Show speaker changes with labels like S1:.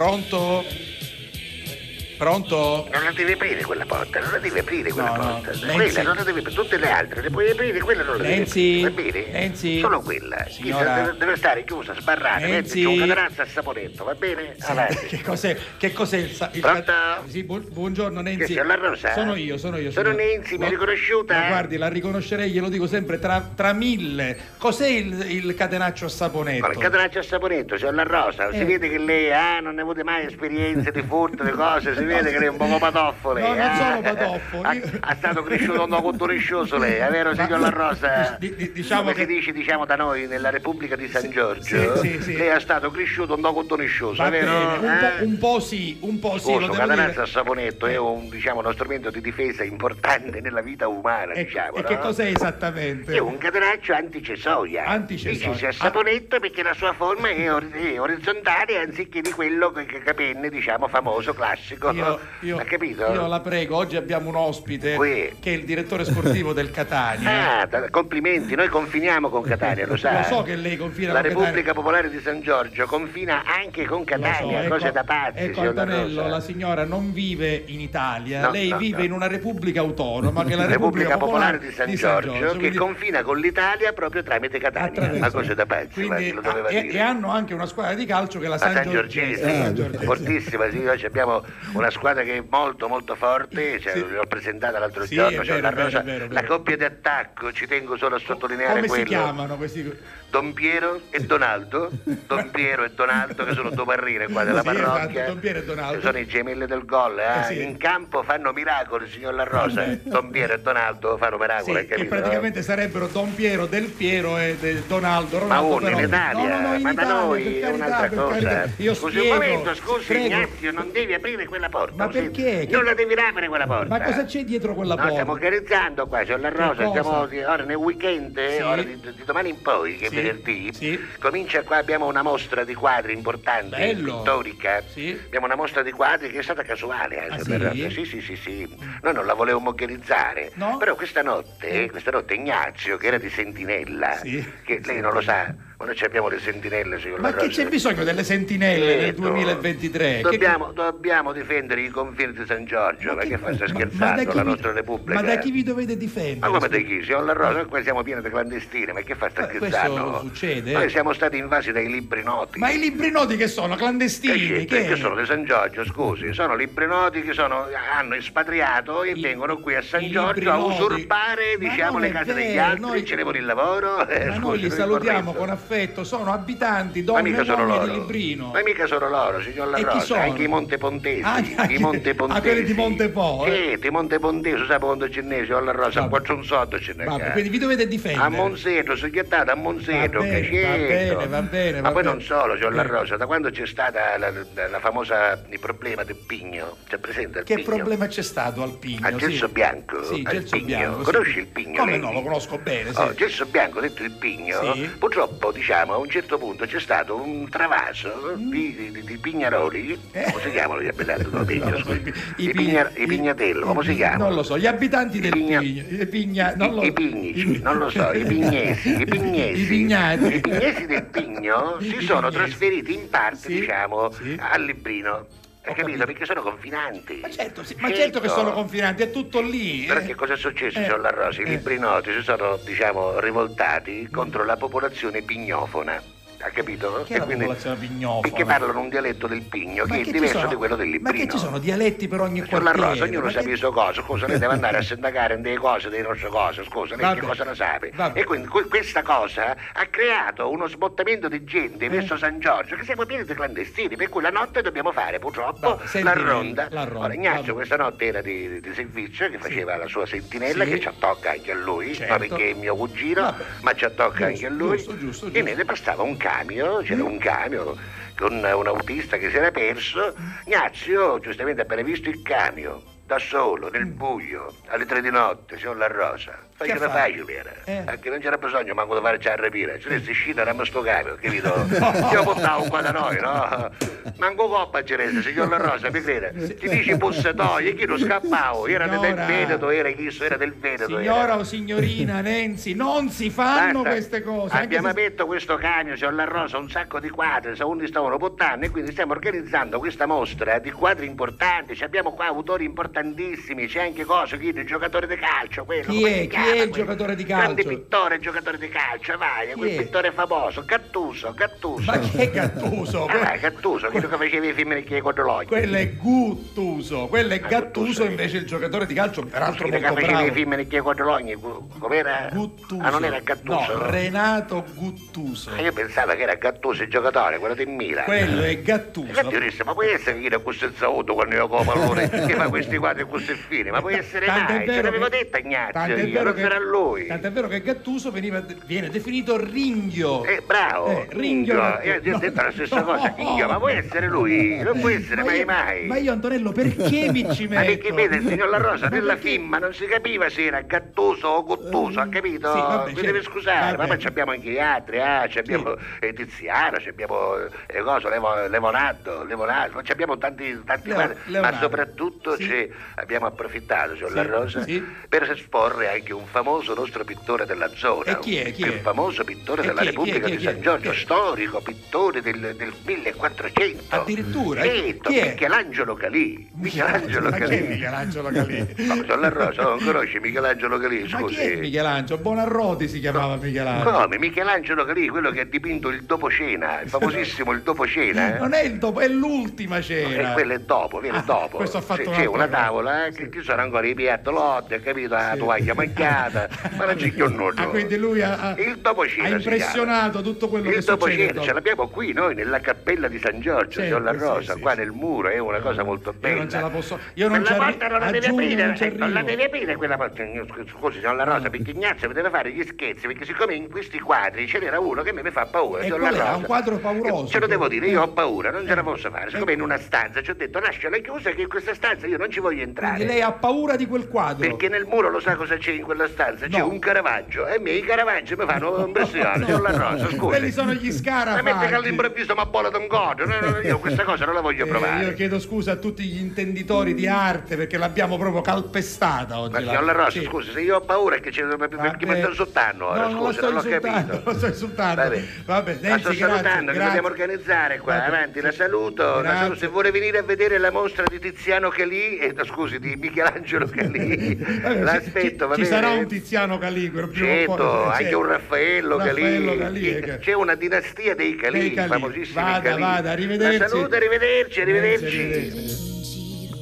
S1: Pronto? Pronto?
S2: Non la devi aprire quella porta, non la devi aprire quella
S1: No, no,
S2: porta.
S1: Nancy.
S2: Quella non la devi aprire, tutte le altre le puoi aprire, quella non la
S1: Nancy.
S2: devi aprire. Va bene?
S1: Nancy.
S2: Solo quella.
S1: Signora.
S2: Deve, deve stare chiusa, sbarrata,
S1: Nancy.
S2: metti, c'è una terrazza a saponetto, va bene? Avanti.
S1: Che cos'è? Che cos'è il, sa- il-
S2: Pronto?
S1: Sì, bu- buongiorno Nenzi.
S2: Che sono la Rosa?
S1: Sono io, sono io.
S2: Sono
S1: signor.
S2: Nenzi, mi hai
S1: Lo-
S2: riconosciuta?
S1: Ma guardi, la riconoscerei, glielo dico sempre, tra, tra mille. Cos'è il, il catenaccio a saponetto?
S2: Guarda, il catenaccio a saponetto, c'è la rosa, si
S1: Eh.
S2: vede che lei ah, non ne avete mai esperienze di furto, di cose, si vede che lei è un poco patoffo lei.
S1: No, non
S2: ah.
S1: sono patoffo.
S2: Ah,
S1: Io-
S2: è stato cresciuto un contoriscioso lei, è vero
S1: Ma-
S2: signor La Rosa?
S1: Di- di- diciamo
S2: Come si
S1: che-
S2: dice diciamo da noi nella Repubblica di San
S1: Sì,
S2: Giorgio,
S1: sì, sì, sì.
S2: lei è stato cresciuto un contoriscioso,
S1: Va
S2: è vero?
S1: bene, un,
S2: Ah.
S1: po', un po' sì, un po' sì,
S2: Questo
S1: lo devo dire.
S2: catenaccio a saponetto è un, diciamo, uno strumento di difesa importante nella vita umana,
S1: E,
S2: diciamo.
S1: Ecco, e che
S2: no?
S1: cos'è esattamente?
S2: È un catenaccio anticessoia.
S1: Anticessoia.
S2: Dice a saponetto perché la sua forma è, or- è orizzontale anziché di quello che che capenne, diciamo, famoso, classico.
S1: Io, io-
S2: ha capito?
S1: io la prego, oggi abbiamo un ospite
S2: Qui.
S1: che è il direttore sportivo del Catania.
S2: Ah, da- complimenti, noi confiniamo con Catania, lo sa.
S1: Lo so che lei confina
S2: La
S1: con
S2: Repubblica
S1: Catania.
S2: Popolare di San Giorgio confina anche con
S1: Lo so,
S2: Catania,
S1: ecco-
S2: cose da pazzi,
S1: ecco,
S2: signor La
S1: Antonello,
S2: Rosa.
S1: la signora non vive in Italia,
S2: No,
S1: lei
S2: no,
S1: vive
S2: no.
S1: in una repubblica autonoma che è la
S2: Repubblica Popolare di San Giorgio, che
S1: quindi-
S2: confina con l'Italia proprio tramite Catania,
S1: attraverso.
S2: una cosa da pazzi,
S1: Quindi-
S2: guardi, lo doveva
S1: ah, e,
S2: dire.
S1: e hanno anche una squadra di calcio che è la
S2: La
S1: San Eh,
S2: San Giorgese,
S1: Giorgese.
S3: Ah,
S1: San Giorgese.
S2: fortissima, sì, oggi abbiamo una squadra che è molto molto forte, cioè, l'ho presentata l'altro
S1: Sì,
S2: giorno,
S1: è
S2: cioè,
S1: vero,
S2: la,
S1: è vero,
S2: Rosa-
S1: è vero, è
S2: la
S1: vero.
S2: coppia di attacco, ci tengo solo a sottolineare
S1: Come si
S2: quello,
S1: chiamano questi?
S2: Don Piero e Donaldo, Don Piero e Donaldo che sono due barriere qua della
S1: Sì, esatto,
S2: parrocchia,
S1: Don Piero e Donaldo.
S2: che sono i gemelli del gol, eh,
S1: Eh, sì.
S2: in campo fanno miracoli signor La Rosa, Don Piero e Donaldo fanno miracoli, hai
S1: Sì, che
S2: Ah, capito, eh.
S1: praticamente sareero Don Piero, Del Piero e de- Donaldo.
S2: Ma
S1: Ronaldo,
S2: uno in
S1: però-
S2: Italia,
S1: No, no, no, in
S2: ma da
S1: Italia,
S2: noi
S1: per
S2: è
S1: carità,
S2: un'altra
S1: per
S2: cosa.
S1: carità. Io
S2: scusi
S1: spiego,
S2: un momento, scusi eh.
S1: prego.
S2: Ignazio, non devi aprire quella porta.
S1: Ma
S2: lo senti?
S1: perché? Che-
S2: Non la devi aprire quella porta.
S1: Ma cosa c'è dietro quella
S2: No,
S1: porta?
S2: stiamo organizzando qua, c'è la rosa,
S1: cosa?
S2: siamo ora nel weekend, eh,
S1: Sì.
S2: ora di, di domani in poi, che
S1: Sì,
S2: è venerdì,
S1: sì.
S2: comincia qua, abbiamo una mostra di quadri importante,
S1: Bello.
S2: pittorica.
S1: Sì.
S2: Abbiamo una mostra di quadri che è stata casuale anche
S1: Ah,
S2: per-
S1: sì? Mm.
S2: sì, sì, sì, sì. Noi non la volevamo organizzare,
S1: No?
S2: però questa notte, questa notte Ignazio, che era di Sentinella,
S1: Sì.
S2: che lei non lo sa, ma noi ci abbiamo le sentinelle, signor
S1: Ma
S2: La
S1: che
S2: Rosa.
S1: c'è bisogno delle sentinelle nel
S2: Certo.
S1: 2023? Che-
S2: Dobbiamo, dobbiamo difendere i confini di San Giorgio, perché fa sta scherzando
S1: da chi
S2: la
S1: vi-
S2: nostra Repubblica. eh.
S1: Ma da chi vi dovete
S2: Ma
S1: difendere?
S2: come da chi? Signor La Rosa, qua siamo pieni di clandestini, ma che fa sta
S1: Ma questo
S2: scherzando?
S1: succede, eh?
S2: Noi siamo stati invasi dai libri noti.
S1: Ma i libri noti che sono?
S2: Che
S1: Clandestini?
S2: c'entra?
S1: Che,
S2: Eh Che sono di San Giorgio, scusi, sono libri noti che sono- hanno espatriato e
S1: I-
S2: vengono qui a
S1: i
S2: San
S1: libri
S2: Giorgio a
S1: noti.
S2: usurpare,
S1: Ma
S2: diciamo,
S1: non
S2: le
S1: è
S2: case degli
S1: vero,
S2: altri,
S1: noi-
S2: ci devono il lavoro. eh,
S1: Ma
S2: scusi,
S1: noi li
S2: non è
S1: salutiamo
S2: corretto.
S1: con affetto, sono abitanti,
S2: Ma
S1: donne e
S2: mica sono
S1: uomini
S2: loro.
S1: di Librino.
S2: Ma mica sono loro, signor La
S1: E chi
S2: Rosa,
S1: sono?
S2: anche i Montepontesi.
S1: Ah, anche-
S2: I Montepontesi.
S1: ah, quelli di Montepo, eh.
S2: Sì, di Montepontesi, sa quando ce ne signor La Rosa,
S1: Vabbè.
S2: qua c'è un sotto ce ne
S1: Vabbè,
S2: ca.
S1: quindi vi dovete difendere.
S2: A Monseto, soggettato a Monseto,
S1: Va bene,
S2: che
S1: va
S2: certo.
S1: bene, va bene,
S2: Ma
S1: va
S2: poi
S1: bene.
S2: non solo, signor La
S1: Eh.
S2: Rosa, da quando c'è stata la, la- la famosa il problema del pigno, c'è presente il
S1: Che
S2: pigno?
S1: problema c'è stato al Pigno?
S2: A Gelso
S1: sì.
S2: Bianco?
S1: Sì,
S2: al
S1: Gelso
S2: Pigno.
S1: Bianco. sì.
S2: Conosci il Pigno?
S1: Come
S2: lei?
S1: no, lo conosco bene, sì.
S2: Oh, Gelso Bianco, detto il Pigno,
S1: Sì.
S2: purtroppo diciamo a un certo punto c'è stato un travaso
S1: Mm.
S2: di, di- di pignaroli, come si chiamano gli abitanti del Pigno?
S1: Eh. No,
S2: scusi?
S1: i pi-
S2: I,
S1: i pi-
S2: pigna- i
S1: i-
S2: pignatello, come si
S1: i-
S2: chiamano?
S1: Non lo so, gli abitanti del
S2: pigna-
S1: Pigno. I pigna- non lo-
S2: I, i pignici, non lo so, i pignesi, i pignesi,
S1: I pignati.
S2: i pignesi del Pigno
S1: I
S2: si
S1: pignesi.
S2: sono trasferiti in parte,
S1: Sì,
S2: diciamo,
S1: sì.
S2: a Librino. Hai capito?
S1: capito.
S2: Perché sono confinanti.
S1: Ma certo, sì, ma certo che sono confinanti, è tutto lì. eh.
S2: Però che cosa è successo,
S1: Eh,
S2: signor La Rosa? I
S1: eh.
S2: libri noti si sono, diciamo, rivoltati contro la popolazione pignofona. Ha capito?
S1: Che è la popolazione pignofona?
S2: Perché parlano un dialetto del pigno
S1: Ma
S2: che, è
S1: ci
S2: diverso
S1: sono-
S2: di quello del
S1: Ma
S2: librino.
S1: che ci sono dialetti per ogni
S2: Signor La
S1: quartiere?
S2: Rosa, ognuno
S1: Ma
S2: sa
S1: che-
S2: le sue cose, scusa, lei deve andare a sindacare delle cose, delle nostre cose, scusa, lei
S1: Vabbè.
S2: che cosa ne sa?
S1: Vabbè.
S2: E quindi que- questa cosa ha creato uno sbottamento di gente
S1: Eh.
S2: verso San Giorgio, che siamo pieni di clandestini, per cui la notte dobbiamo fare purtroppo
S1: Vabbè,
S2: la
S1: sentinella,
S2: ronda.
S1: la ronda,
S2: Ora Ignazio
S1: vabbè.
S2: questa notte era di, di servizio che faceva la sua sentinella,
S1: Sì.
S2: che ci attocca anche a lui,
S1: Certo.
S2: non perché è mio cugino,
S1: Vabbè.
S2: ma ci attocca anche
S1: Giusto,
S2: a lui.
S1: giusto, giusto,
S2: E
S1: giusto.
S2: ne passava un camion, c'era un camion con un autista che si era perso. Ignazio giustamente appena visto il camion Da solo, nel buio, alle tre di notte, signor La Rosa. Fai
S1: Mm. Che
S2: una
S1: fa?
S2: facile era.
S1: Eh.
S2: Anche non c'era bisogno manco di farci a rapire. Se ne si scita rammo sto capo, capito? Ci lo portavo qua da noi, no? Manco coppa c'era, signor La Rosa, mi crede. Ti dici bussatoio, chi lo scappavo? Era del
S1: Signora.
S2: Veneto, era chisso, era del Veneto. era.
S1: Signora o signorina Nenzi, non si fanno
S2: Guarda,
S1: queste cose. anche
S2: Abbiamo
S1: se-
S2: aperto questo cagno, c'è la rosa, un sacco di quadri, se uno stavano buttando e quindi stiamo organizzando questa mostra di quadri importanti. Ci abbiamo qua autori importantissimi, c'è anche cosa, chi il giocatore di calcio, quello.
S1: Chi
S2: come
S1: è?
S2: si
S1: Chi
S2: chiama
S1: è il
S2: quello?
S1: giocatore di
S2: Grande
S1: calcio?
S2: pittore, giocatore di calcio, vai,
S1: Chi
S2: quel
S1: è?
S2: pittore famoso, Gattuso, Gattuso.
S1: Ma che è Gattuso?
S2: Ah, Gattuso, quello che faceva i film che con l'occhio.
S1: Quello è Guttuso, quello è
S2: Ah,
S1: Gattuso
S2: Guttuso, sì.
S1: invece è il giocatore di calcio, peraltro
S2: Quello che
S1: molto
S2: faceva i
S1: bravo.
S2: film che con l'occhio, com'era?
S1: Guttuso.
S2: Ah, non era Gattuso?
S1: No, Renato Guttuso.
S2: Ah, Io pensavo che era Gattuso il giocatore, quello del Milan.
S1: Quello è
S2: Perché
S1: Gattuso.
S2: ti disse, ma può essere che era questo zauto quando io copro pallone che fa questi quadri e questo fine, ma può essere
S1: Eh, Tant'è
S2: mai, ce
S1: vero
S2: l'avevo
S1: che-
S2: detto a Ignazio,
S1: tant'è
S2: io,
S1: vero
S2: non
S1: che-
S2: sarà lui.
S1: Tant'è vero che Gattuso veniva- viene definito ringhio.
S2: Eh, bravo,
S1: Eh,
S2: Ringhio,
S1: Ringhio.
S2: io ti ho
S1: No.
S2: detto la stessa cosa,
S1: No.
S2: Ringhio, ma può essere lui, non può essere mai
S1: io,
S2: mai.
S1: Ma io Antonello, perché mi ci metto?
S2: Ma perché vede il signor La Rosa nella firma non si capiva se era gattoso o gottoso, ha capito?
S1: Sì, vabbè,
S2: Mi
S1: certo.
S2: deve scusare, ma
S1: Vabbè.
S2: poi ci abbiamo anche gli altri, ah, ci abbiamo eh, Tiziano, ci abbiamo eh, cosa, Levo- Leonardo, Leonardo, ma ci abbiamo tanti, tanti
S1: Leo-
S2: quadri, ma
S1: Leonardo.
S2: soprattutto
S1: Sì.
S2: ci abbiamo approfittato, signor
S1: Sì,
S2: La Rosa,
S1: sì.
S2: per esporre anche un famoso nostro pittore della zona.
S1: E chi è? Chi
S2: Il
S1: è?
S2: famoso pittore
S1: E
S2: della
S1: chi è? Chi è?
S2: Repubblica
S1: Chi è?
S2: di
S1: Chi è? Eh.
S2: San Giorgio,
S1: Chi è?
S2: storico pittore del, del 1400.
S1: Addirittura?
S2: Sì,
S1: Chi è?
S2: Michelangelo Calì. Michelangelo
S1: Ma chi è
S2: Calì.
S1: Michelangelo Calì?
S2: Ma sono la rosa, non conosci Michelangelo Calì,
S1: Ma chi è
S2: scusi.
S1: Michelangelo? Bonarroti si chiamava Michelangelo.
S2: Come? Michelangelo Calì, quello che ha dipinto il dopo cena, il famosissimo il dopo cena.
S1: Non è il dopo, è l'ultima cena.
S2: E eh? quello è dopo, viene
S1: Ah,
S2: dopo.
S1: questo ha fatto
S2: c'è, c'è
S1: un'altra
S2: una
S1: cosa.
S2: tavola, eh, che ci sono ancora i piattolotti, capito? La
S1: Sì.
S2: tovaglia macchiata, ma non c'è che un
S1: Ah, quindi lui ha, ha-
S2: Il dopo cena
S1: ha
S2: si
S1: impressionato tutto quello
S2: Il
S1: che
S2: dopo
S1: succede
S2: cena
S1: dopo.
S2: ce l'abbiamo qui noi nella cappella di San Giorgio,
S1: Certo,
S2: signor La
S1: sì,
S2: Rosa,
S1: sì,
S2: qua
S1: sì. Eh,
S2: nel muro, è una cosa molto bella.
S1: Io non ce la posso- io non
S2: quella
S1: ci arri-
S2: porta non la
S1: a
S2: devi
S1: giugno
S2: aprire,
S1: non ci
S2: ecco, la
S1: arrivo.
S2: devi aprire quella porta. Scusi, signor La Rosa, perché Ignazio mi deve fare gli scherzi, perché siccome in questi quadri ce n'era uno che a me mi fa paura,
S1: E
S2: signor
S1: qual
S2: La
S1: era?
S2: Rosa.
S1: Un quadro pauroso,
S2: Ce lo devo
S1: cioè. Eh.
S2: dire, io ho paura, non ce la posso fare. Siccome in una stanza ci ho detto lasciala chiusa che in questa stanza io non ci voglio
S1: Quindi
S2: entrare.
S1: lei ha paura di quel quadro.
S2: Perché nel muro lo sa cosa c'è in quella stanza? C'è
S1: No.
S2: un caravaggio e a me i caravaggi mi fanno impressione, signor La Rosa, scusi.
S1: Quelli sono gli
S2: Ma mentre che
S1: scarafaggi.
S2: all'improvviso mi abbola da un godo, no, no, no, io questa cosa non la voglio
S1: Eh,
S2: provare.
S1: io chiedo scusa a tutti gli intenditori di arte perché l'abbiamo proprio calpestata oggi.
S2: Ma
S1: la-
S2: signor La Rosa,
S1: Sì.
S2: scusi, se io ho paura che c'è perché mi
S1: Vabbè.
S2: sto insultando ora,
S1: No, non lo
S2: scusi,
S1: sto
S2: non l'ho
S1: insultando,
S2: capito.
S1: lo sto insultando.
S2: Vabbè.
S1: Vabbè,
S2: la
S1: Nenzi,
S2: sto
S1: grazie,
S2: salutando, che
S1: grazie.
S2: dobbiamo organizzare qua,
S1: Vabbè.
S2: avanti, la saluto, la
S1: Grazie.
S2: saluto. Se vuole venire a vedere la mostra di Tiziano Calì, eh, no, scusi, di Michelangelo Calì,
S1: Vabbè,
S2: l'aspetto,
S1: ci,
S2: va
S1: ci
S2: bene?
S1: sarà un Tiziano Caligro prima o poi,
S2: Certo,
S1: eh,
S2: anche
S1: certo.
S2: un
S1: Raffaello
S2: Raffaello Calì.
S1: Galì, eh,
S2: C'è-
S1: che-
S2: C'è una dinastia dei Calì,
S1: Dei Calì.
S2: famosissimi
S1: Vada,
S2: Calì.
S1: vada, arrivederci.
S2: La saluto, arrivederci,
S1: Nenzi,
S2: arrivederci.
S1: arrivederci.